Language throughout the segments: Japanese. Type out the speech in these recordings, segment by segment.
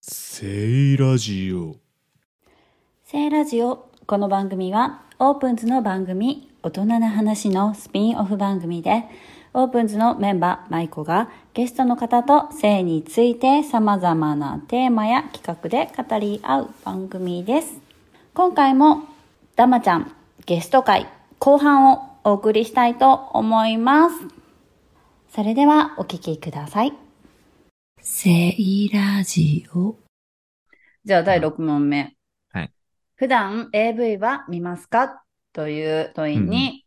セイラジオ聖ラジオこの番組はオープンズの番組大人な話のスピンオフ番組でオープンズのメンバー舞子がゲストの方と性について様々なテーマや企画で語り合う番組です今回もダマちゃんゲスト会後半をお送りしたいと思いますそれではお聞きくださいセイラジオじゃあ第6問目、普段 AV は見ますかという問いに、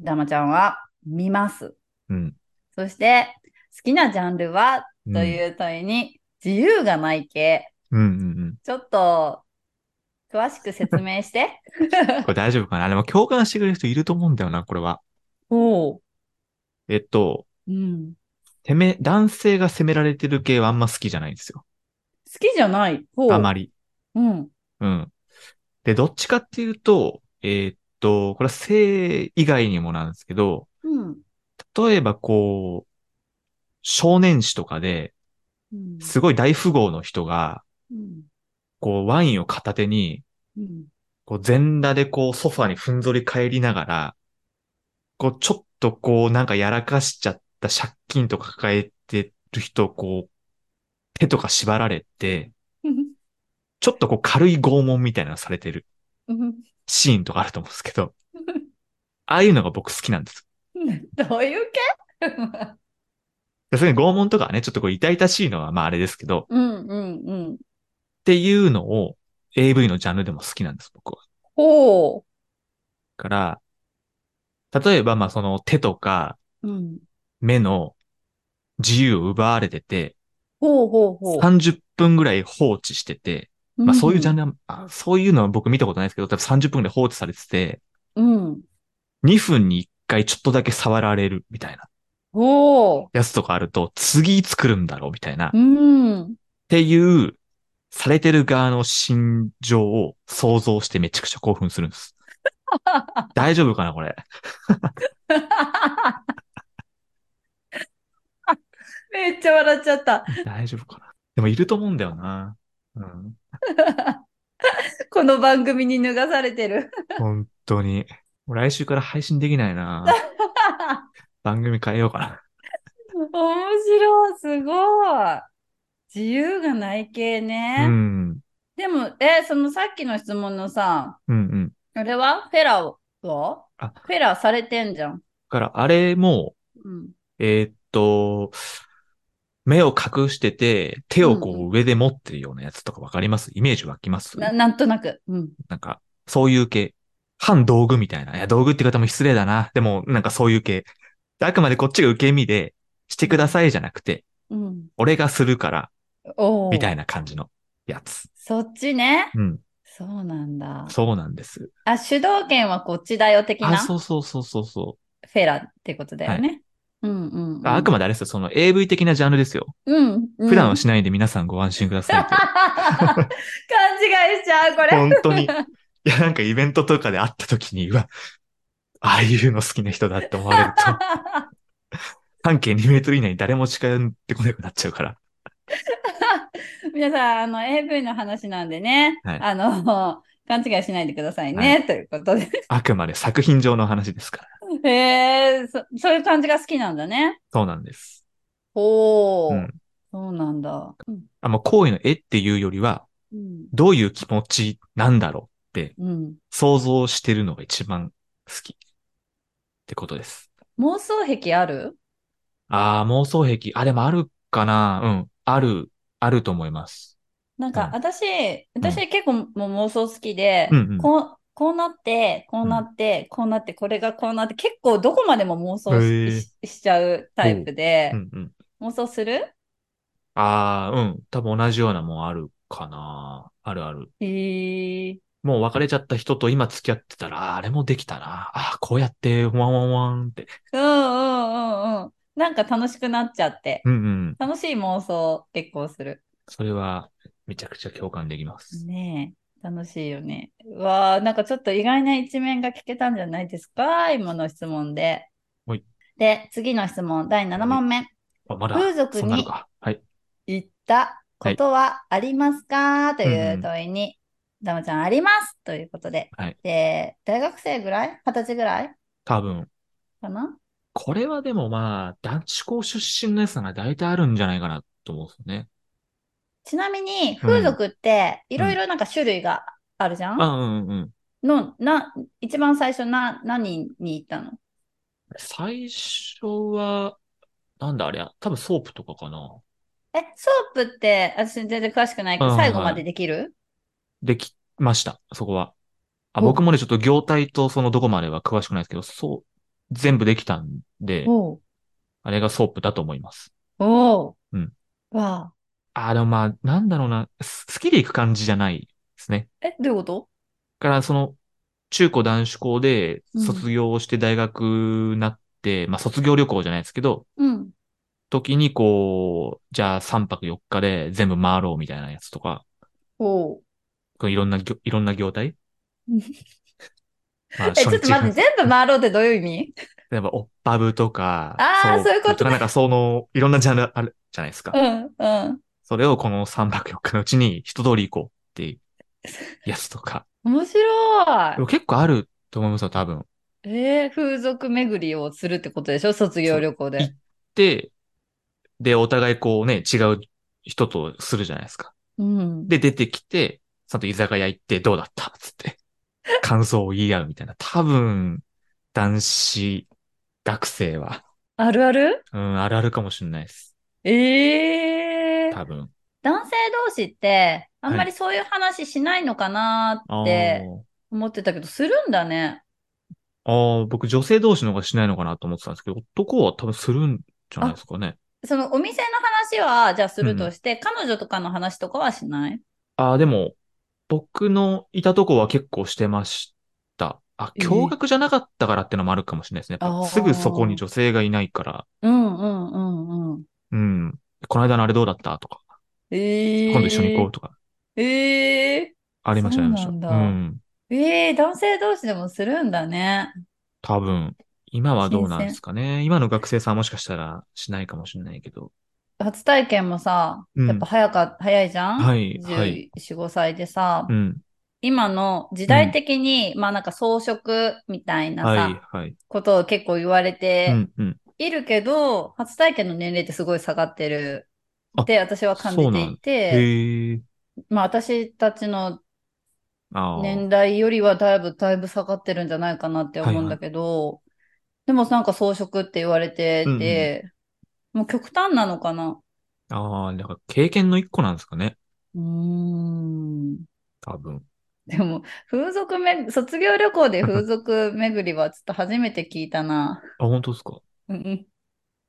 ダマちゃんは見ます。うん。そして、好きなジャンルはうんという問いに、自由がない系。うんうんちょっと、詳しく説明して。うん。これ大丈夫かなでも共感してくれる人いると思うんだよな、これは。 おう。えっと、うん。攻め、男性が責められてる系はあんま好きじゃないんですよ。好きじゃない。ほう。あまり。うん。うん。で、どっちかっていうと、えーっと、これは性以外にもなんですけど、うん。例えばこう、少年誌とかで、うん。すごい大富豪の人が、うん。こう、ワインを片手に、うん。こう、全裸でこう、ソファにふんぞり返りながら、こう、ちょっとこう、なんかやらかしちゃった借金とか抱えてる人をこう、手とか縛られて、ちょっとこう、軽い拷問みたいなのされてる シーンとかあると思うんですけど、ああいうのが僕好きなんです。どういう系でそれに拷問とかはね、ちょっとこう、痛々しいのはまああれですけど、っうんうんうん。ていうのを AV のジャンルでも好きなんです、僕は。ほから、例えばまあその手とかう。うん。目の自由を奪われてて、ほうほうほう。 30分ぐらい放置してて、まあそういうジャンルは、あそういうのは僕見たことないですけど、多分30分ぐらい放置されてて、うん。 2分に1回ちょっとだけ触られるみたいなおお。やつとかあると、次いつ来るんだろうみたいな、うっん。 ていう、されてる側の心情を想像してめちゃくちゃ興奮するん です。大丈夫かなこれ。めっちゃ笑っちゃった。大丈夫かなでもいると思うんだよな。うん。この番組に脱がされてる。本当に。もう来週から配信できない な。番組変えようかな。 面白い、すごい。自由がない系ね。うん。でも、え、そのさっきの質問のさ、うんうん。だあれはフェラはあフェラされてんじゃん。から、あれも、うん。えーっと、目を隠してて、手をこうんう上で持ってるようなやつとかわかりますイメージ湧きますなななんとなく。うん。んか、そういう系。反道具みたいな。いや、道具って言い方も失礼だな。でも、なんかそういう系。であくまでこっちが受け身で、してくださいじゃなくて、うん。俺がするから、おお。みたいな感じのやつ。そっちね。うん。そうなんだ。そうなんです。あ、主導権はこっちだよ的あ、な。そうそうそうそうそう。フェラってことだよね。うんうん、うん。ああくまであれですよ、その AV 的なジャンルですよ。うん、うん。普段はししないんで皆さんご安心くださいと。勘違いしちゃう、これ。本当に。いや、なんかイベントとかで会った時に、うわ、ああいうの好きな人だって思われる と、半径2メートル以内に誰も近寄ってこなくなっちゃうから。 皆さん、あの、AV の話なんでね、はいあの、勘違いしないでくださいね、ということで。 あくまで作品上の話ですから。へえそ、そういう感じが好きなんだね。そうなんです。ほう、うんそうなんだ。うん。あもう行為の絵っていうよりは、うん。どういう気持ちなんだろうってうん、想像してるのが一番好きってことです。妄想癖あるああ、妄想癖。あ、でもあるかなうん。ある、あると思います。なんかうん私、私結構もう妄想好きで、うんうんこう、こうなって、こうなって、こうなって、これがこうなって、結構どこまでも妄想へえしししちゃうタイプでう、んうん。妄想するああ、うん。多分同じようなもんあるかな。あるある。へえ。もう別れちゃった人と今付き合ってたら、あーあれもできたな。ああ、こうやって、ワンワンワンって。うんうんうんうん。なんか楽しくなっちゃって、うんうん。楽しい妄想結構する。それは、めちゃくちゃ共感できます。ねえ、楽しいよね。うわあ、なんかちょっと意外な一面が聞けたんじゃないですか今の質問でほい。で、次の質問、第7問目。あ、まだ、風俗そんなのにか。はい。行ったことはありますか、というんう問いに、ダムちゃんありますということで。はいで、大学生ぐらい二十歳ぐらい多分。かなこれはでもまあ、男子校出身のやつなら大体あるんじゃないかなと思うんですよね。ちなみに、風俗って、いろいろなんか種類があるじゃん、あ、うんうんうん。の、な、一番最初な、何に行ったの最初は、なんだあれや、多分ソープとかかな。え、ソープって、私全然詳しくないけうど、ん最後までできるできました、そこは。あ、お僕もね、ちょっと業態とそのどこまでは詳しくないですけど、そう、全部できたんで、おうあれがソープだと思います。おううんわあ。あ、でもまあ、なんだろうな、す好きで行く感じじゃないですね。え、どういうことだから、その、中高男子校でうん卒業して大学になって、まあ卒業旅行じゃないですけど、うん。時にこう、じゃあ3泊4日で全部回ろうみたいなやつとか、おうこういろんなぎょ、いろんな業 態うんまあえ、ちょっと待って、全部回ろうってどうい う意味例えば、オッパブとか、あーソプそういうことか、なんかその、いろんなジャンルあるじゃないですか。うん、うん。それをこの3泊4日のうちに一通り行こうっていうやつとか。面白でい。も結構あると思いますよ、多分。えー、風俗巡りをするってことでしょ卒業旅行で。で、で、お互いこうね、違う人とするじゃないですか。うん。で、出てきて、ちゃんと居酒屋行ってどうだったつって、感想を言い合うみたいな。多分、男子学生は、あるあるうん、あるあるかもしれないです。ええ多分。男性同士って、あんまりそういう話しないのかなあっーて思ってたけど、するんだね。ああ、僕女性同士の方がしないのかなと思ってたんですけど、男は多分するんじゃないですかね。そのお店の話は、じゃあするとして、彼女とかの話とかはしないああ、でも、僕のいたとこは結構してました。あ、えー驚愕じゃなかったからってのもあるかもしれないですね。やっあーぱすぐそこに女性がいないから、うんうんうんうん。うん、この間のあれどうだったとか、ええ今度一緒に行こうとか、ええありました、ありましそた。ううなんん、だええ男性同士でもするんだね。多分、今はどうなん新鮮ですかね。今の学生さんもしかしたらしないかもしれないけど。初体験もさ、うんやっぱ早か、早いじゃんはいは ?14、い5歳でさ、うん、今の時代的に、まあなんか装飾みたいなさ、はい、はい。ことを結構言われうてん、うん。いるけど、初体験の年齢ってすごい下がってるあって私は感じそうてなんいて、へえ、まあ私たちのああ、年代よりはだいぶだいぶ下がってるんじゃないかなって思うんだけど、でもなんか装飾って言われてて、もう極端なのかな。ああ、だから経験の一個なんですかね。うーん。多分。 でも、風俗め、卒業旅行で風俗巡りはちょっと初めて聞い たな。あ、本当ですか。うんうんい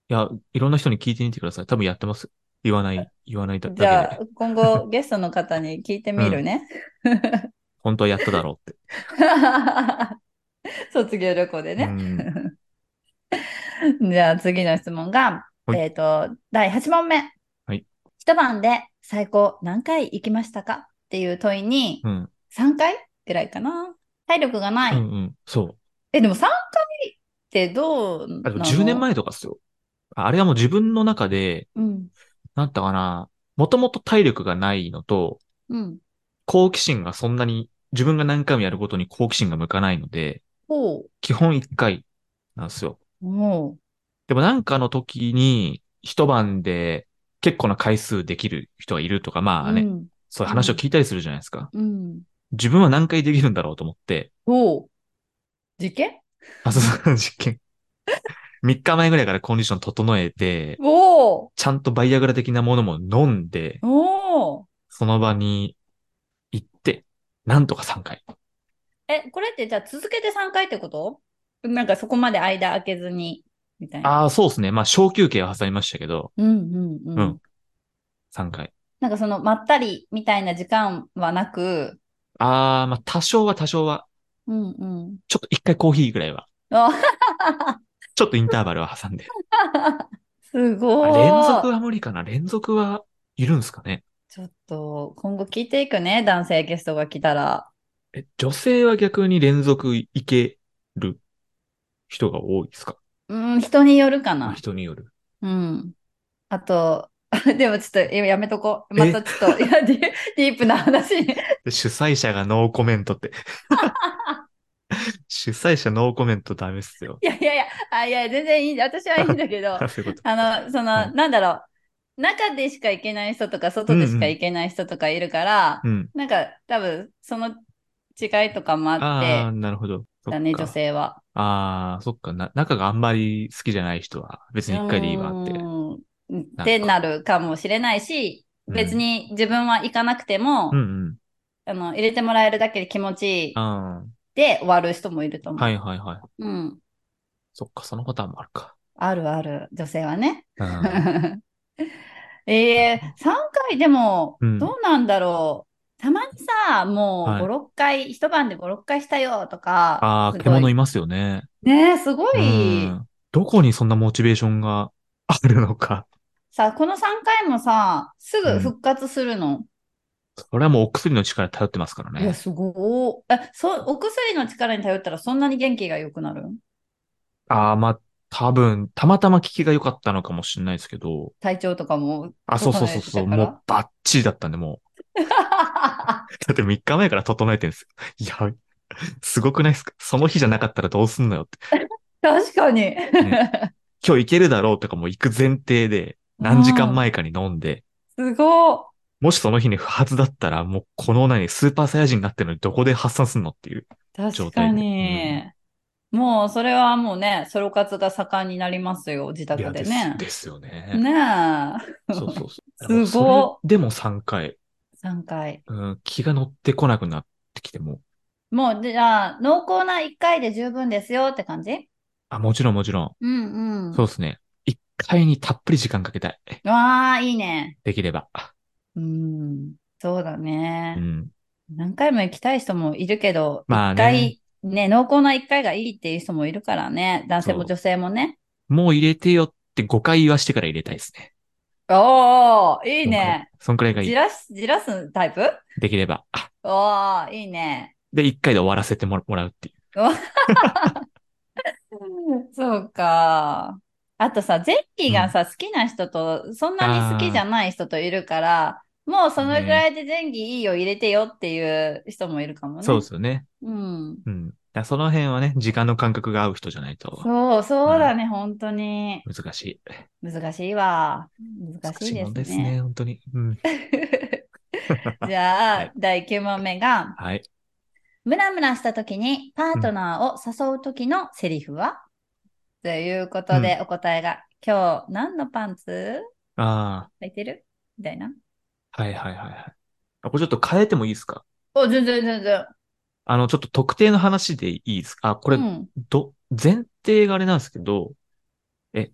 や、いろんな人に聞いてみてください。多分やってます。言わない、言わないだじゃだけあで。、今後ゲストの方に聞いてみるね。本当はやっただろうっ 卒業旅行でて。ねう。ん。じゃあ次の質問が、はいえっ、と、第8問目。はい一晩で最高何回行きましたかっていう問いに、うん。 3回ぐらいかな。体力がない。うんうん。そう。え、でも3回ってどうあなでのも10年前とかっすよ。ああれはもう自分の中で、うん。なんだったかな。もともと体力がないのと、うん。好奇心がそんなに、自分が何回もやることに好奇心が向かないので、ほう。基本1回なんですよ。ほでもなんかの時に、一晩で結構な回数できる人がいるとか、う。まあね、うん。そういう話を聞いたりするじゃないですか。うん。自分は何回できるんだろうと思って、ほう。事件あ、そうそう、実験。3日前ぐらいからコンディション整えて、おおちゃんとバイアグラ的なものも飲んで、おおその場に行って、なんとか3回。え、これってじゃあ続けて3回ってことなんかそこまで間空けずに、みたいな。ああ、そうですね。まあ、小休憩は挟みましたけど、うんうんううんん。3回。なんかそのまったりみたいな時間はなく、ああ、まあ、多少は多少は、うんうん。ちょっと1回コーヒーぐらいは、あちょっとインターバルは挟んで。 すあごい。連続は無理かな連続はいるんですかねちょっと今後聞いていくね、男性ゲストが来たら。え、女性は逆に連続いける人が多いですかうん、人によるかな。人による。うん。あと、 でもちょっとやめとこう。またちょっと、いや、ディディープな話に。で主催者がノーコメント って。主催者ノーコメントダメっすよ。いやいやいや、あいや、全然いい。私はいいんだけどあ、 そういうこと。あの、その、はいなんだろう。中でしか行けない人とか、外でしか行けない人とかいるから、うん。なんか多分、その違いとかもあああ、っなるほど。て、そだっね、か女性は。ああ、そっか。な、仲があんまり好きじゃない人は別に一回でいいわって。うーんかってなるかもしれないし、うん別に自分は行かなくても、うんうん。あの、入れてもらえるだけで気持ちいいあで終わる人もいるとあ、思う。はいはいはい。うん。そっか、そのパターンもあるか。あるある、女性はね。 うん。え え3回でも、うんどうなんだろう。たまにさ、もうはい5、6回、一晩で5、6回したよとか、ああ、すごい獣いますよね。ねえ、すごうい。ん。どこにそんなモチベーションがあるのか。さ、この3回もさ、すうぐん復活するの。それはもうお薬の力に頼ってますからいや、ね。すごい。え、そう、お薬の力に頼ったらそんなに元気が良くなるああ、まあ、多分、たまたま効きが良かったのかもしれないですけど。体調とかも。あ、そうそうそうそう。整えてたからもうバッチリだったんで、もう。だって3日前から整えてるんですよ。いや、すごくないですかその日じゃなかったらどうすんのよって。 確かに。今日行けるだろうとかも行く前提で、何時間前かに飲んで、すごい。もしその日に不発だったら、もうこの何、スーパーサイヤ人になってるのにどこで発散すんのっていう。確状か態でに。もう、それはもうね、ソロ活が盛んになりますよ、自いや、宅でですね。ですよね。ねえ。そうそうそう。すごっでもそれでも3回、 3回。うん、気が乗ってこなくなってきても、もう、じゃあ、濃厚な1回で十分ですよって感じあ、もちろんもちろん。うんうん。そうですね。1回にたっぷり時間かけたい。わあ、いいね。できれば。うん。そうだうね。ん。何回も行きたい人もいるけど、まあ1ね。回、ね、濃厚な1回がいいっていう人もいるからね。男性も女性もね。もう入れてよって5回言わしてから入れたいですね。おー、いいね。そんくらいがいじい。らす、じらすタイプできれば。あおー、いいね。で、1回で終わらせてもらもらうっていう。そうか。あとさ、ゼッキーがさ、好きな人と、そんなに好きじゃない人といるから、もうそのぐらいでゼンギいいよ、入れてよっていう人もいるかもね。そうですよね。うん。うん。だからその辺はね、時間の感覚が合う人じゃないとそう、そうだね、本当に。難しい。難しいわ。難しいもでんすですね、ね。本当に。うん。 じゃあ、はい第9問目が、はい。ムラムラした時にパートナーを誘う時のセリフは、ということで、お答えが、今日何のパンツあ履いてるみたいな。あ、はいはいはいはい。あこれちょっと変えてもいいですかお、全然全然。あの、ちょっと特定の話でいいですかあ、これ、うん。ど、前提があれなんですけど、え、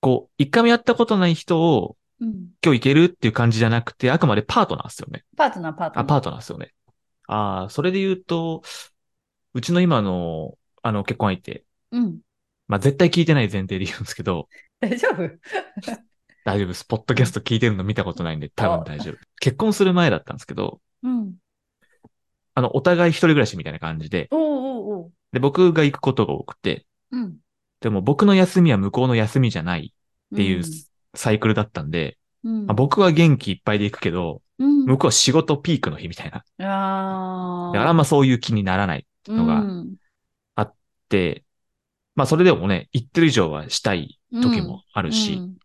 こう、一回もやったことない人をうん。今日いけるっていう感じじゃなくて、あくまでパートナーですよね。パートナー、パートあ、ナー。パートナーですよね。ああ、それで言うと、うちの今の、あの、結婚相手、うん。まあ、絶対聞いてない前提で言うんですけど、大丈夫大丈夫です。ポッドキャスト聞いてるの見たことないんで、多分大丈夫。結婚する前だったんですけど、うん。あの、お互い一人暮らしみたいな感じで、おうおうおう。で、僕が行くことが多くて、うん。っでも僕の休みは向こうの休みじゃないっていうサイクルだったんで、うん。まあ、僕は元気いっぱいで行くけど、うん。向こうは仕事ピークの日みたいな。あだあ。からあんまそういう気にならないっていうのうがん。あって、まあそれでもね、言ってる以上はしたい時もあるし、うん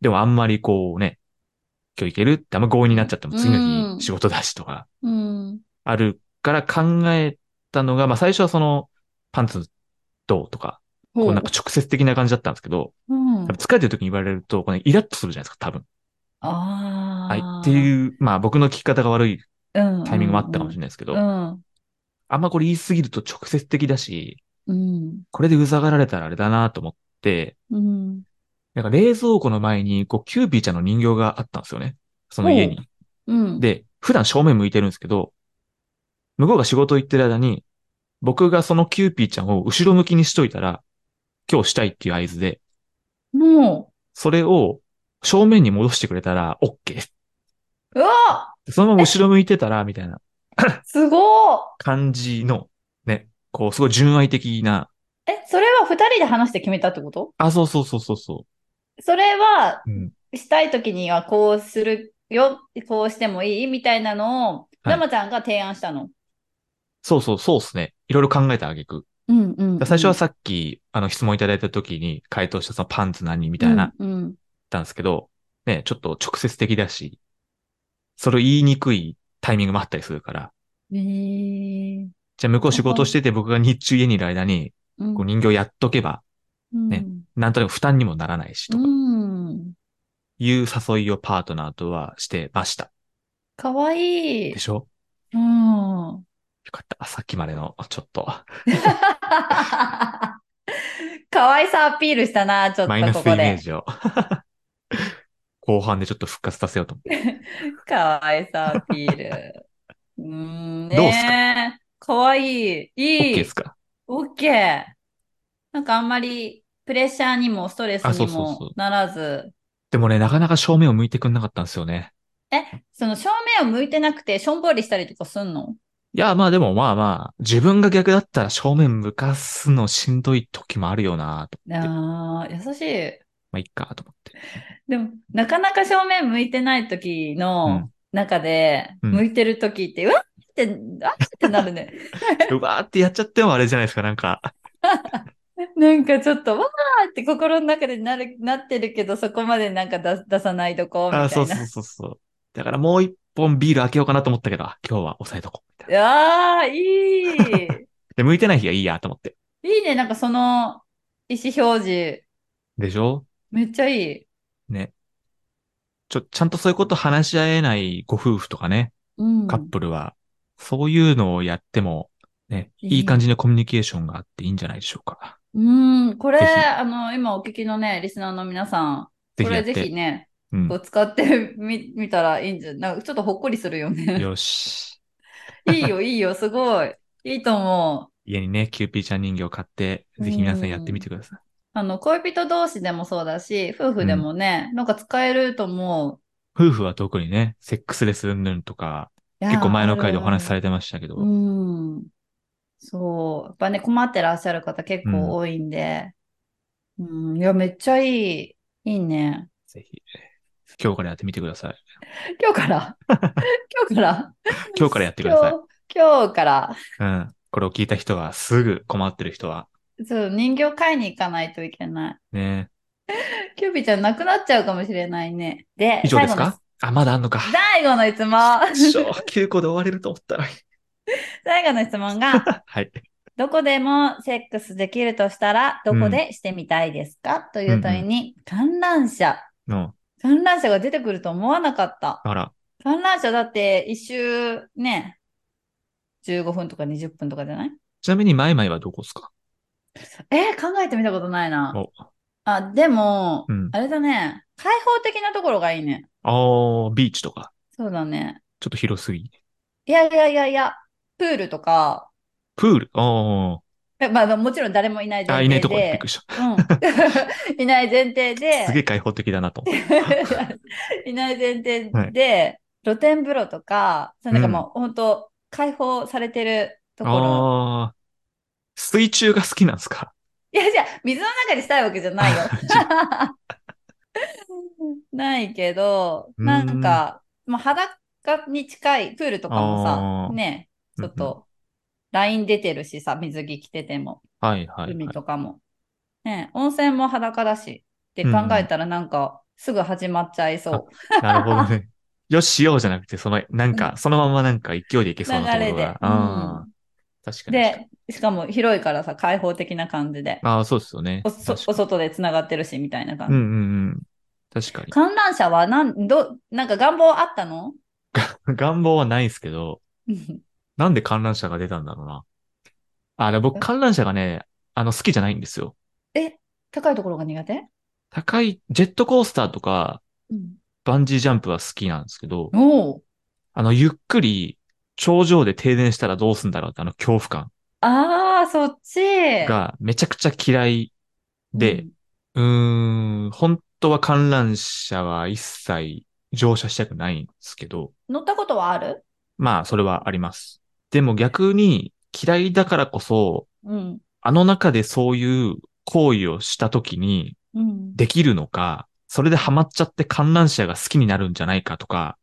でもあんまりこうね、今日行けるってあんま強引になっちゃってもうん次の日仕事だしとかうん。あるから考えたのが、まあ最初はそのパンツどうとか、こうなんか直接的な感じだったんですけど、ほううん多分疲れてる時に言われると、このイラッとするじゃないですか、多分。あはい。あ。っていう、まあ僕の聞き方が悪いうんタイミングもあったかもしれないですけど、あんまこれ言いすぎると直接的だし、うん。これでうざがられたらあれだなと思って、うん。うん。なんか冷蔵庫の前に、こう、キューピーちゃんの人形があったんですよね。その家に。うん。で、普段正面向いてるんですけど、向こうが仕事行ってる間に、僕がそのキューピーちゃんを後ろ向きにしといたら、今日したいっていう合図で、もそれを正面に戻してくれたら、OK。う、うわそのまま後ろ向いてた ら、みたいなすごー感じの、ね、こう、すごい純愛的な、え、それは二人で話して決めたってことあ、そうそうそうそうそそれはう。うん。したい時にはこうするよ、こうしてもいいみたいなのを、はいラマちゃんが提案したの。そうそう、そうですね。いろいろ考えたあげく。うんうん、最初はさっき、あの、質問いただいた時に、回答したそのパンツ何みみたいな、言っうんうんたんですけど、ね、ちょっと直接的だし、それを言いにくいタイミングもあったりするから、へーじゃあ向こう仕事してて僕が日中家にいる間に、うんこう人形やっとけば、うんねなんとなく負担にもならないし、とかうん。いう誘いをパートナーとはしてました。かわいいで。しょうん。よかった。さっきまでの、ちょっと、可愛さアピールしたな、ちょっマイナとスこイこメーで。ジを。 後半でちょっと復活させようと思って。可愛さアピール。うーんどうっすねえ。可愛い。い OK い。ですかオッケー。なんかあんまりプレッシャーにもストレスあそにうそうそうもならず。でもね、なかなか正面を向いてくんなかったんですよね。その正面を向いてなくてしょんぼりしたりとかすんのいや、まあでもまあまあ、自分が逆だったら正面向かすのしんどい時もあるよなと思って。あー優しい。まあいっかと思って。でも、なかなか正面向いてない時の中で、うん向いてる時って、うわっって、うわっってなるね。 うわーってやっちゃってもあれじゃないですか、なんか。なんかちょっと、わーって心の中でなるなってるけど、そこまでなんか出出さないとこ、みたいな。あそうそうそうそう。だからもう一本ビール開けようかなと思ったけど、あ今日は抑えとこう。みたいな。ああ、いい。で、向いてない日はいいやと思って。いいね、なんかその意思表示。でしょめっちゃいい。ね。ちょ、ちゃんとそういうこと話し合えないご夫婦とかね、うん。カップルは、そういうのをやっても、ね、ええいい感じのコミュニケーションがあっていいんじゃないでしょうか。うん、これ、ぜひあの、今お聞きのね、リスナーの皆さん、ぜこひやれっぜひて。ね、うんこ。う使ってみ、見たらいいんじゃ、なんかちょっとほっこりするよね。よし。いいよ、いいよ、すごい。いいと思う。家にね、キューピーちゃん人形買って、ぜひ皆さんやってみてください。あの、恋人同士でもそうだし、夫婦でもね、なんか使えると思う。夫婦は特にね、セックスレスうんぬんとか、いやー結構前の回でお話しあされてましたけど、るうん。そう。やっぱね、困ってらっしゃる方結構多いんで。うん、いや、めっちゃいい。いいね。ぜひ、今日からやってみてください。今日から 今日から今日からやってください。今日、今日から。うん。これを聞いた人は、すぐ困ってる人は、そう、人形買いに行かないといけない。ね。キューピーちゃんなくなっちゃうかもしれないね。で、以上です最後のかあ、まだあんのか。最後の質問。しょ、9個で終われると思ったら。 最後の質問 が、はい。どこでもセックスできるとしたら、どこでしてみたいですか、という問いに、観覧車。の、観覧車が出てくると思わなかった。あら、観覧車だって一周ね、15分とか20分とかじゃないちなみに、マイマイはどこですかえー考えてみたことないな。お、あ、でも、うんあれだね、開放的なところがいいね。あー、ビーチとか、そうだね。ちょっと広すぎ。いやいやいやいや、プールとか、プール、あえまああの、もちろん誰もいないー、あ、前いないと提こにびっでく、りした。うん、い ない前提で、すげえ開放的だなと思っ いない前提で、露天風呂とか、そうなんかもう本当、開放されてるとた。ころ。あー、水中が好きなんですかいや、じゃあ、水の中にしたいわけじゃないよ。 ないけど、うんなんか、もう裸に近いプールとかもあさ、ーね、ちょっうんと、ライン出てるしさ、水着着てても、はいはい、海はい。とかも。ね、温泉も裸だし、って考えたらなんか、すぐ始まっちゃいそう。なるほど ね。よししようじゃなくて、その、なんうか、そのままなんか勢いでいけそうなところ流れでが。あー確かに。確かにで、しかも広いからさ、開放的な感じで、ああ、そうですよね。おそ確かおに外でつながってるし、みたいな感うじ。んうんうん。確かに。 観覧車はなん、ど、なんか願望あったの 願望はないですけど、うんなんで観覧車が出たんだろうな。あ、で僕観覧車がね、あの、好きじゃないんですよ。え、高いところが苦手高い、ジェットコースターとか、うん。バンジージャンプは好きなんですけど、おうあの、ゆっくり、頂上で停電したらどうすんだろうってあの恐怖感ああ、そっち。がめちゃくちゃ嫌いで、うーん、本当は観覧車は一切乗車したくないんですけど、うん乗ったことはあるまあ、それはあります。でも逆に嫌いだからこそ、うん。あの中でそういう行為をした時にうん。できるのか、それでハマっちゃって観覧車が好きになるんじゃないかとか、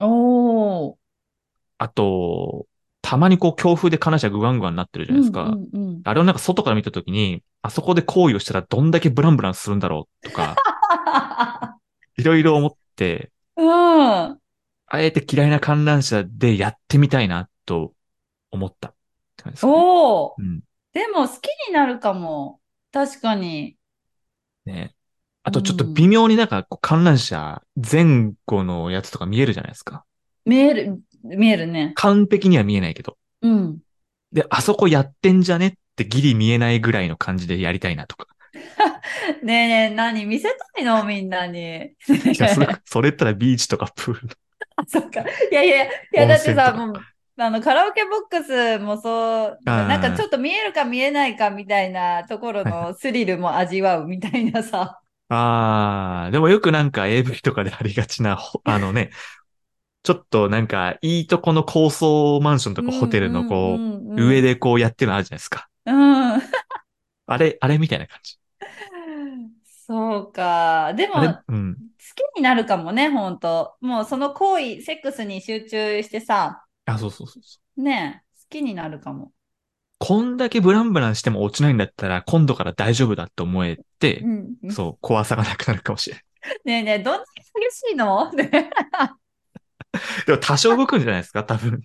おー。あと、たまにこう強風で観覧車グワングワンになってるじゃないですか。うんうんうん。あれをなんか外から見たときに、あそこで行為をしたらどんだけブランブランするんだろうとか、いろいろ思って、うん。あえて嫌いな観覧車でやってみたいなと思ったって感じですかね。おー。うん。でも好きになるかも。確かに。ねあとちょっと微妙になんかこう観覧車前後のやつとか見えるじゃないですか。見える、見えるね。完璧には見えないけど。 うん。で、あそこやってんじゃねってギリ見えないぐらいの感じでやりたいな とか。ねえねえ、何見せたいのみんなに。いやそれ、それ言ったらビーチとかプール。あそっか。いやいや、いや、だっ温てさ、泉とかもう、あの、カラオケボックスもそう、なんかちょっと見えるか見えないかみたいなところのスリルも味わうみたいなさ。ああ、でもよくなんか AV とかでありがちな、ほあのね、ちょっとなんかいいとこの高層マンションとかホテルのこう、上で。でこうやってるのあるじゃないですか。うん。あれ、あれみたいな感じ。そうか。でも、あれ好、うん。きになるかもね、ほんと。もうその行為、セックスに集中してさ、あ、そうそうそうそう。ねえ、好きになるかも。こんだけブランブランしても落ちないんだったら、今度から大丈夫だって思えてう、ん。そう、怖さがなくなるかもしれない。 ねえねえ、どんだけ激しいのねでも多少動くんじゃないですか、多分。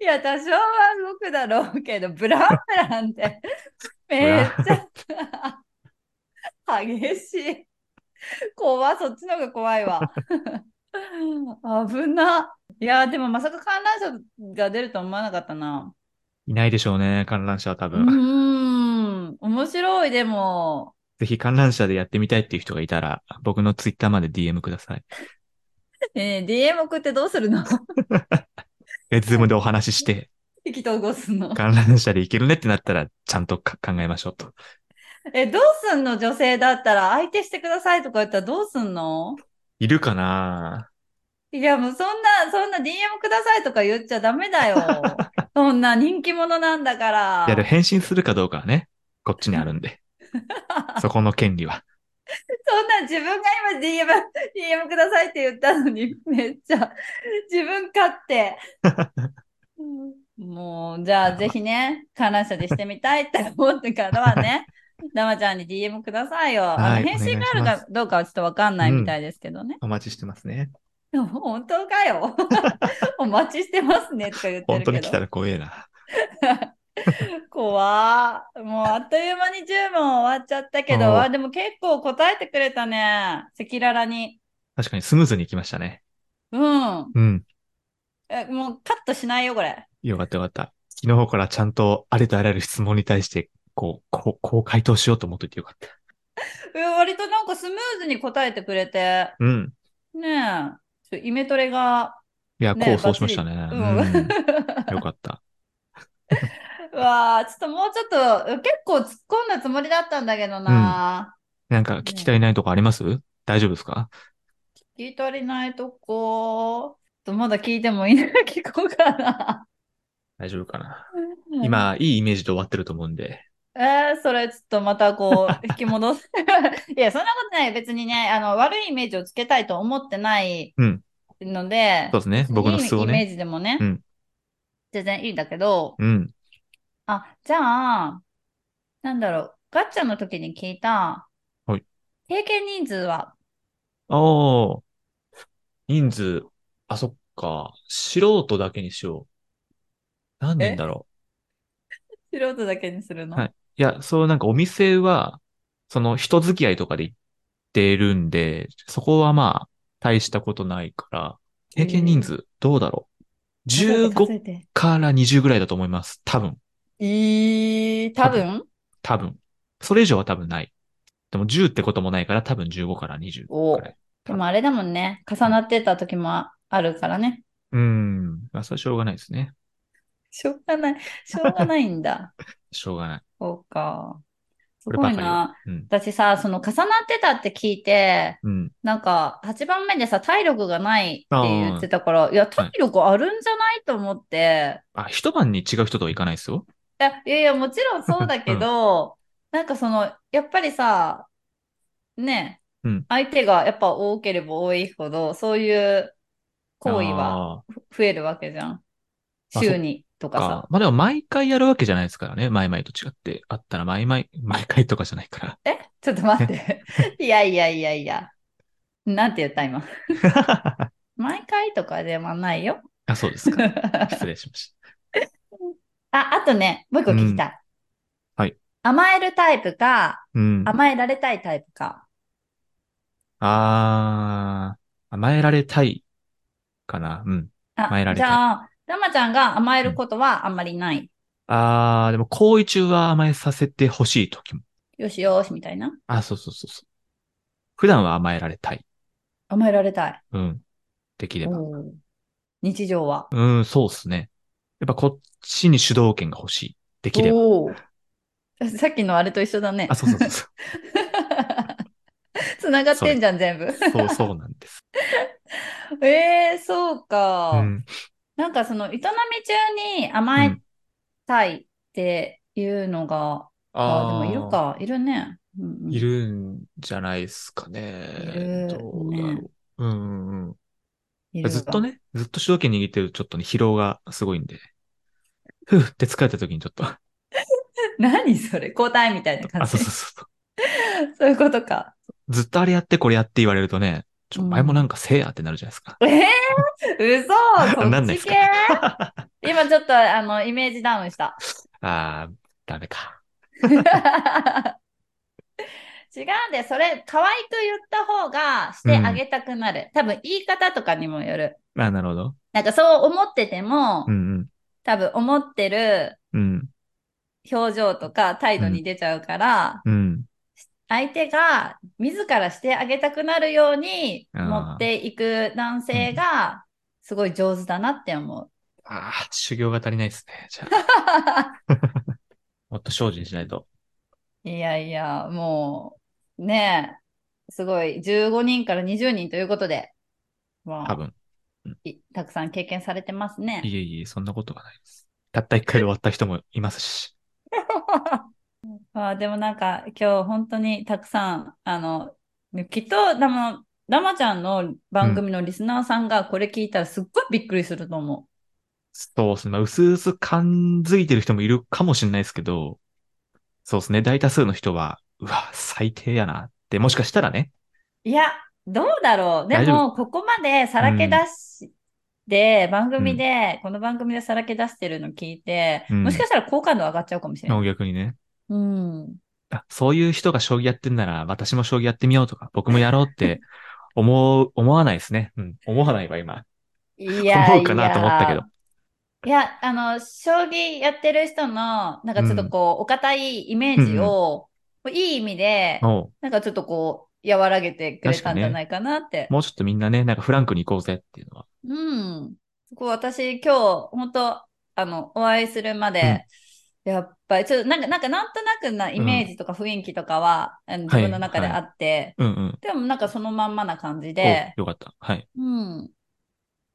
いや、多少は動くだろうけど、ブランブランって、めっちゃ 激しい。怖い、そっちの方が怖いわ。危な。いや、でもまさか観覧車が出ると思わなかったな。いないでしょうね、観覧車は多う分。ーん、面白い、でも。ぜひ観覧車でやってみたいっていう人がいたら、僕のツイッターまで DM ください。えー、DM 送ってどうす るのえ、ズームでお話しして、意気投合すんの観覧車で行けるねってなったら、ちゃんとか考えましょうと。え、どうすんの女性だったら、相手してくださいとか言ったらどうすんのいるかないや、もうそんな、そんな DM くださいとか言っちゃダメだ よ。そんな人気者なんだから。いや、でも返信するかどうかはね、こっちにあるん で。そこの権利は。そんな自分が今 DM、DM くださいって言ったのに、 めっちゃ自分勝 手。もう、じゃあぜひね、観覧車でしてみたいって思ってからは ね、生ちゃんに DM くださいよ。はあいの返信があおる願いしかどうかはちょっとわかんないみたいですけどね。お待ちしてますね。でも 本当か よ。お待ちしてますねとか言って本る当けにど来。たら怖えな。怖ーもうあっという間に10問終わっちゃったけおうど、あでも結構答えてくれたね。赤裸々に。確かにスムーズに行きましたね。うん。うん。え、もうカットしないよ、これ。よかったよかった。昨日からちゃんとあれとあらゆる質問に対して、こう、こう、こう回答しようと思っといてよかった。え割となんかスムーズに答えてくれて。うん。ねえ。ちょイメトレが。いや、ね構想しましたね。バうッチリん。よかった。うわあ、ちょっともうちょっと、結構突っ込んだつもりだったんだけどな。なんか聞き足りないとこあります大丈夫ですか聞き足りないとこ。ちょっとまだ聞いてもいいな聞こうかな。大丈夫かな。今、いいイメージで終わってると思うんで。えー、それちょっとまた こう、引き戻す。 いや、そんなことない。別にね、あの、悪いイメージをつけたいと思ってないうんのでそう、ですね。僕のいい素をイメね。ージでもね、うん全然いいんだけど、うん。あ、じゃあ、なんだろう、ガッチャの時に聞いた、はい経験人数は、おー。人数、あ、そっか。素人だけにしよう。何人だろ素人だけにするの。はいいや、そうなんかお店は、その人付き合いとかで行ってるんで、そこはまあ、大したことないから、経験人数、どうだろう。数15えてから20ぐらいだと思います。多分、数えて。いい、多分多分。それ以上は多分ない。でも10ってこともないから、多分15から20おくらい。でもあれだもんね、重なってた時もあるからね。うん。まあ、それはしょうがないですね。しょうがない、しょうがない んだ。しょうがない。そうか。すこれごいばな。うん。私さ、その重なってたって聞いて、うん。なんか8番目でさ、体力がないって言ってたから、いや、体力あるんじゃないと思って、あ、一晩に違う人とは行かないですよ。いや、いやいや、もちろんそうだけど、なんかその、やっぱりさ、ね、うん相手がやっぱ多ければ多いほど、そういう行為はあー増えるわけじゃん。あ週にとかかさ。まあでも毎回やるわけじゃないですからね。毎々と違って。あったら毎々、毎回とかじゃないから。ちょっと待って。 いやいやいやいや。なんて言った今。 毎回とかではないよ。あ、そうですか。 失礼しましあ、あとね、もう一個聞きたい。うんはい。甘えるタイプか、た。うん。甘えられたいタイプか。あー、甘えられたいかな。うん。あ甘えられじたいゃあ、ダマちゃんが甘えることはあんまりない。あー、でも行為中は甘えさせてほしい時も。よしよし、みたいな。あ、そうそうそうそう。普段は甘えられたい。甘えられたい。うん。できれば。おー日常は。うん、そうっすね。やっぱこっちに主導権が欲しい。できれば。おー さっきのあれと一緒だねあ、。そうそうそう そつながってんじゃん、全部。う。そうそうなんです。えー、そううか。ん。なんかその営み中に甘えたいっていうのが、ああ、でもいるあか、いるね。うんうんー。いるんじゃないですかね。いるどうだろう。うんうんうん。いるずっがとね、ずっと主導権握ってるとちょっとね、疲労がすごいんで。ふうって疲れた時にちょっ と。あ、 何それ交代みたいな感じ。そうそうそそう。ういうことか。ずっとあれやってこれやって言われるとね、ちょ、うん前もなんかせいやってなるじゃないですか。 えー、嘘そなんっないっちす系か今ちょっとあのイメージダウンした。あー、ダメか。違うんで、それ、可愛く言った方がしてあげたくなる。多分言い方とかにもよる。あ、なるほど。なんかそう思ってても、うん多分思ってるうん。うん。表情とか態度に出ちゃうから、うん。相手が自らしてあげたくなるようにあー持っていく男性がすごい上手だなって思 う。あー、修行が足りないですね。じゃあ、 もっと精進しないと。いやいや、もうねえ、すごい15人から20人ということで、もう多分。いたくさん経験されてますね。いえいえ、そんなことはないです。たった一回で終わった人もいますし。ま あでもなんか今日本当にたくさん、あの、きっとダマ、ダマちゃんの番組のリスナーさんがこれ聞いたらすっごいびっくりすると思う。そうですね。まあ、うすうす感づいてる人もいるかもしれないですけど、そうですね。大多数の人は、うわ、最低やなって、もしかしたらね。いや、どうだろう。で大丈も、ここまでさらけ出して、番組で、この番組でさらけ出してるの聞いて、うんもしかしたら好感度上がっちゃうかもしれない。逆にね。うん。あ、そういう人が将棋やってんなら、私も将棋やってみようとか、僕もやろう って思う、思わないですね。うん。思わないわ、今。いや思うかなと思ったけど。いや、いやあの、将棋やってる人の、なんかちょっとこう、お堅いイメージを、いい意味で、おうなんかちょっとこう、和らげてくれたんじゃないかなって。もうちょっとみんなね、なんかフランクに行こうぜっていうのは。うん。そこ私今日本当あのお会いするまで、やっぱりちょっとなんかなんかなんとなくなイメージとか雰囲気とかは、あの自分の中であって、うんうん。でもなんかそのまんまな感じおで、よかった。はい。うん。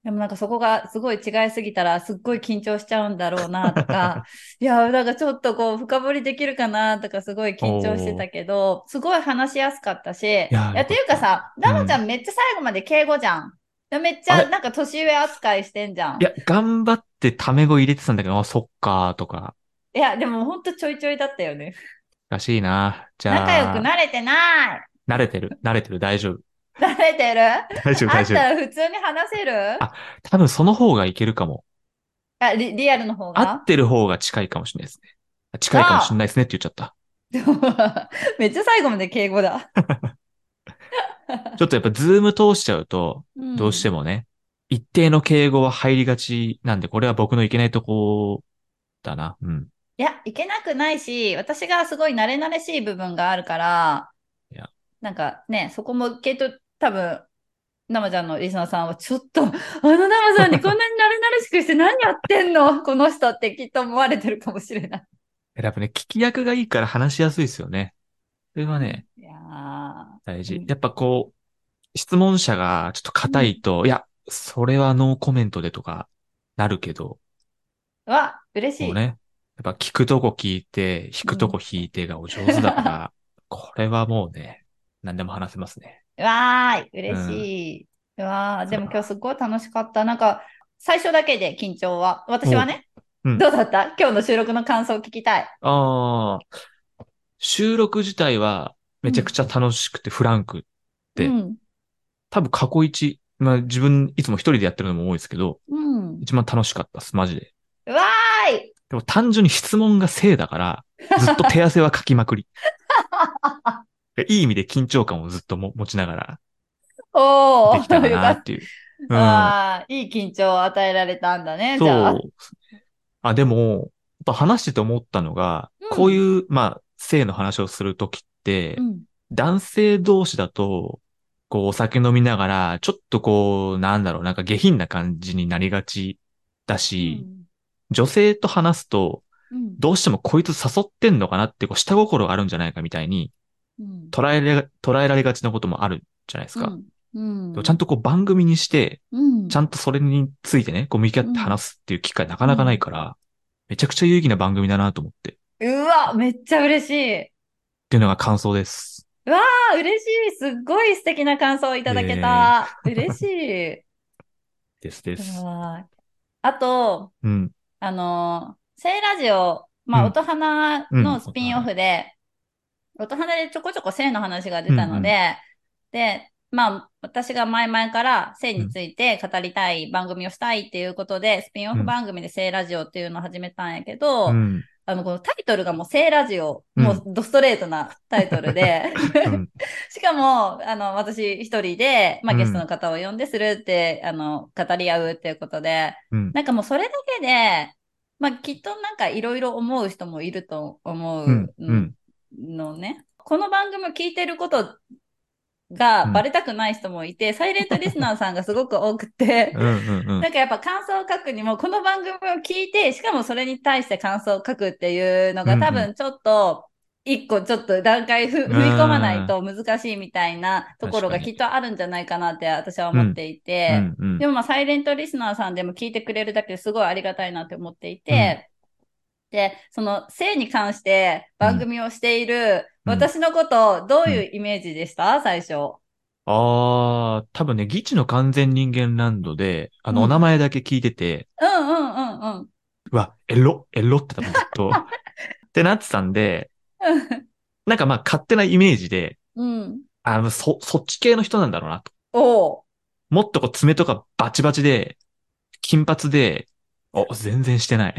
でもなんかそこがすごい違いすぎたらすっごい緊張しちゃうんだろうなとか、 いや、なんかちょっとこう深掘りできるかなとかすごい緊張してたけど、すごい話しやすかったし、いやや、ていうかさ、よかったダマちゃんめっちゃ最後まで敬語じゃん。でめっちあゃれなんか年上扱いしてんじゃん。いや、頑張ってタメ語入れてたんだけど、あ、そっかーとか。いや、でもほんとちょいちょいだったよね。らしいな。じゃあ、仲良くなれてない。慣れてる。慣れてる。大 丈夫。慣れてる大丈夫、あ大ん丈夫。た普通に話せるあ多分その方がいけるかも。あリ、リアルの方合がってる方が近いかもしれないですね。あ近いかもしれないですねって言っちゃった。 めっちゃ最後まで敬語だ。ちょっとやっぱズーム通しちゃうと、どうしても。もね、一定の敬語は入りがちなんで、これは僕のいけないとこだな。うん。いや、いけなくないし、私がすごい慣れ慣れしい部分があるからいや、なんかね、そこも受けと、多分、ナマちゃんのリスナーさんは、ちょっと、 あのナマさんにこんなに慣れ慣れしくして何やってんのこの人ってきっと思われてるかもしれない。やっぱね、聞き役がいいから話しやすいですよね。それはね、いやー大う事ん。やっぱこう、質問者がちょっと硬いと、いや、それはノーコメントでとか、なるけど、うわ、嬉しもい。うね、やっぱ聞 くとこ聞いて、引くとこ引いてがお上手だから、これはもうね、何でも話せますね。わーい、嬉しい。うわー、でも今日すごい楽しかった。なんか、最初だけで緊張は。私はね、おうんどうだった今日の収録の感想を聞きたい。ああ、収録自体はめちゃくちゃ楽しくてフランク。でうん。多分過去一、まあ自分いつも一人でやってるのも多いですけど、うん。一番楽しかったです、マジで。うわーい。でも単純に質問がせいだから、ずっと手汗はかきま くり。いい意味で緊張感をずっとも持ちながおらー、できたら よなかっっていう。た。あーいい緊張を与えられたんだね、うん。じゃあそ。う。あ、でも、やっぱ話してて思ったのが、うんこういう、まあ、性の話をするときって、うん。男性同士だと、こう、お酒飲みながら、ちょっとこう、なんだろう、なんか下品な感じになりがちだし、女性と話すと、うんどうしてもこいつ誘ってんのかなって、こう、下心があるんじゃないかみたいに、うん捉えられ、捉えられがちなこともあるじゃないですか。うんでもちゃんとこう、番組にして、うんちゃんとそれについてね、こう、向き合って話すっていう機会なかなかないから、めちゃくちゃ有意義な番組だなと思って、っうわ、めっちゃ嬉しい。ていうのが感想です。あ、嬉しい。すっごい素敵な感想をいただけた。嬉し い。ですです。はいあと、うん。あの、聖ラジオ、まあ、うん音花うんのスピンオフで、音花でちょこちょこ性の話が出たので、で、まあ、私が前々から性について語りたい番組をしたいっていうことで、スピンオフ番組で性ラジオっていうのを始めたんやけど、うん。あの、このタイトルがもう聖ラジオ、うんもうドストレートなタイトルで、うん。しかも、あの、私一人で、まうあ、んゲストの方を呼んでするって、あの、語り合うっていうことで、うん。なんかもうそれだけで、まあ、きっとなんかいろいろ思う人もいるとう。思うんうん。のね。この番組を聞いてることがバレたくない人もいて、サイレントリスナーさんがすごく多く て、うん。うん。うんなんかやっぱ感想を書くにも、この番組を聞いて、しかもそれに対して感想を書くっていうのがうんうん多分ちょっと、一個ちょっと段階ふ踏み込まないと難しいみたいなところが確かきにっとあるんじゃないかなって私は思っていて、うんうんでもまあサイレントリスナーさんでも聞いてくれるだけですごいありがたいなって思っていて、で、その性に関して番組をしているうん私のことをどういうイメージでした、最初。ああ、多分ね、ギチの完全人間ランドで、あうの、んお名前だけ聞いてて、うんうんうんうん。うわ、エロ、エロって多分ずっ と、ってなってたんで、なんかまあ勝手なイメージで、 うん。あの、そ、そっち系の人なんだろうなと。おう。もっとこう爪とかバチバチで、金髪で、お、全然してない。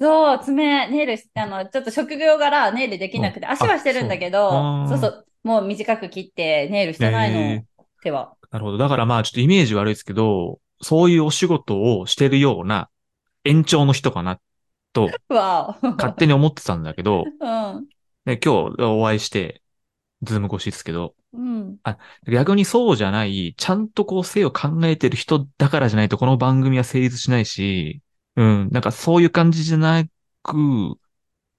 そう、爪、ネイルし、あの、ちょっと職業柄ネイルできなくて、うん足はしてるんだけど、あそそううそう、もう短く切ってネイルしてないの、え手は。ーなるほど。だからまあちょっとイメージ悪いですけど、そういうお仕事をしてるような延長の人かなと、わお。勝手に思ってたんだけど、うん。ね、今日お会いして、ズーム越しですけど、うん。逆にそうじゃない、ちゃんとこう性を考えてる人だからじゃないとこの番組は成立しないし、うん、なんかそういう感じじゃなく、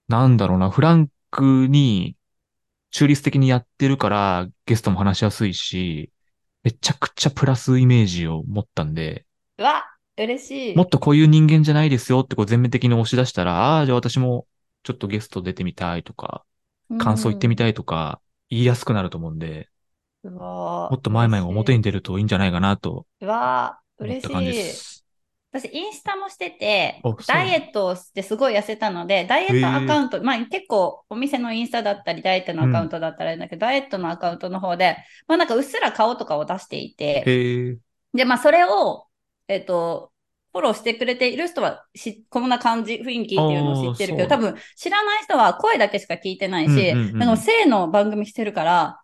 なんだろうな、フランクに中立的にやってるからゲストも話しやすいし、めちゃくちゃプラスイメージを持ったんで、うわ、嬉しい。もっとこういう人間じゃないですよってこう全面的に押し出したら、ああ、じゃあ私もちょっとゲスト出てみたいとか、感想言ってみたいとか、言いやすくなると思うんで、うん。うわもっと前々が表に。に出るといいんじゃないかなとうわ、思っ嬉た感じでしい。す。私、インスタもしててあそう、ダイエットをしてすごい痩せたので、ダイエットアカウント、まあ結構お店のインスタだったり、ダイエットのアカウントだったりあれだけど、ダイエットのアカウントの方で、まあなんかうっすら顔とかを出していて、へえで、まあ、それを、えっ、と、フォローしてくれている人はし、こんな感じ、雰囲気っていうのを知ってるけあど、ー多分、知らない人は声だけしか聞いてないし、うんうんうんなんかもう、性の番組してるから、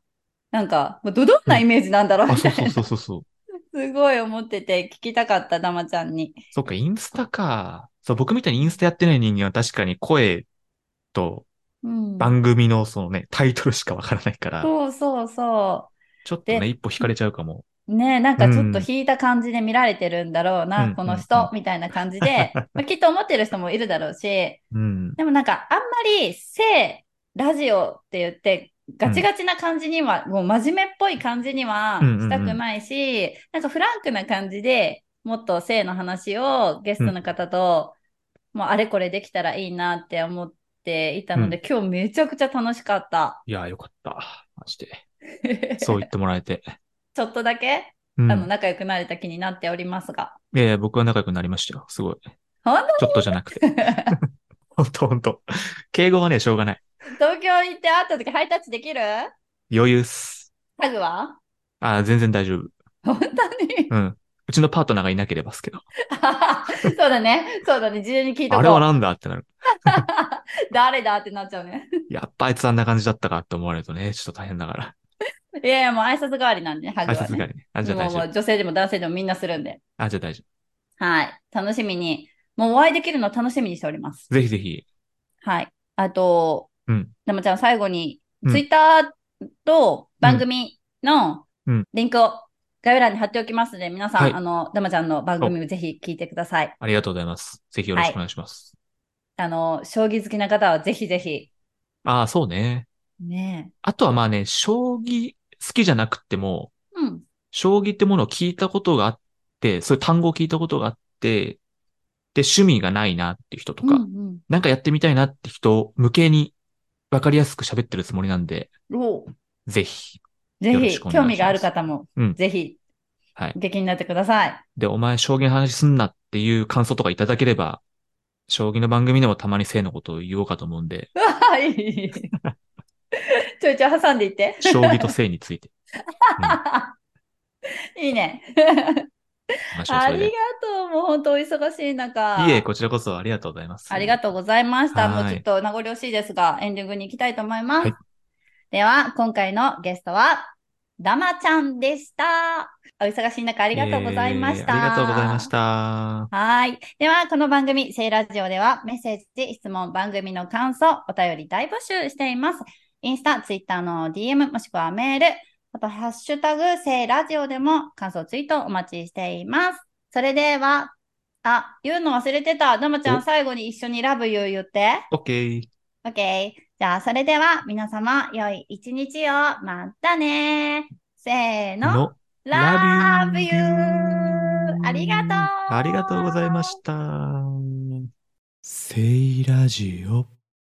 なんか、もうど、どんなイメージなんだろうあ、みたそういな、そうそうそうそう。すごい思ってて、聞きたかった、ダマちゃんに。そっか、インスタか。そう、僕みたいにインスタやってない人間は確かに声とうん。番組のそのね、タイトルしかわからないから、そうそうそちょっとね、で一歩引かれちゃうかも。う。ねなんかちょっと引いた感じで見られてるんだろうな、うんこのうんうん人、みたいな感じ で、まあ、きっと思ってる人もいるだろうし、うん。でもなんか、あんまり、性、ラジオって言って、ガチガチな感じには、もう真面目っぽい感じにはうんうんうんしたくないし、なんかフランクな感じでもっと性の話をゲストの方と、もうあれこれできたらいいなって思っていたので、今日めちゃくちゃ楽しかった。いやー、よかった。マジで。そう言ってもらえて。 ちょっとだけ、うん。あの、仲良くなれた気になっておりますが。いやいや、僕は仲良くなりましたよ。すごい。本ち当ょっとじゃなくて。ほんとほんと。敬語はね、しょうがない。東京行って会った時ハイタッチできる余裕っす。タグはあー全然大丈夫。本当に うん。うちのパートナーがいなければっすけど。そうだね。そうだね。自由に聞いとあれはこう。なんだってなる。誰だってなっちゃうね。 やっぱあいつあんな感じだったかって思われるとね、ちょっと大変だから。いやいや、もう挨拶代わりなんでね、ハグ挨は拶代わね。りね。あ、じゃあも大う丈も夫。う女性でも男性でもみんなするんで。あ、じゃあ大丈はい。楽しみに。もうお会いできるの楽しみにしております。夫。ぜひぜひ。はい。あと、うん生ちゃん最後に、うんツイッターと番組のうんリンクを概要欄に貼っておきますので、皆さん、はいあの、生ちゃんの番組をぜひ聞いてください。ありがとうございます。ぜひよろしくお願いします。あの、将棋好きな方はぜひぜひ。ああ、そうね。ねあとはまあね、将棋好きじゃなくっても、え。うん。将棋ってものを聞いたことがあって、そういう単語を聞いたことがあって、で、趣味がないなって人とか、うんなんかやってみたいなって人向けに分かりやすく喋ってるつもりなんで、うん、おぜひ。ぜよろひしくお願いし、ます興味がある方も、うんぜひ、はいお聞きになってください。で、お前将棋の話すんなっていう感想とかいただければ、将棋の番組でもたまに性のことを言おうかと思うん で、うわい い。ちょいちょい挟んでいって。将棋と性についていいね。話をあそれりでが。とう。もう本当お忙しい中。いえ、こちらこそありがとうございます。ありがとうございました。はもいうちょっと名残惜しいですが、エンディングに行きたいと思います。はいでは、今回のゲストは、ダマちゃんでした。お忙しい中、ありがとうございました。えーありがとうございまし。た。はい。では、この番組、セイラジオでは、メッセージ、質問、番組の感想、お便り大募集しています。インスタ、ツイッターの DM、もしくはメール、あと、ハッシュタグ、セイラジオでも、感想ツイートお待ちしています。それでは、あ、言うの忘れてた。ダマちゃん、お最後に一緒にラブユー言って。オッケー。オッケー。じゃあ、それでは、皆様、良い一日を。またねせーの。の、ララブブユユーーありがとうありがとうございました。セイラジオ。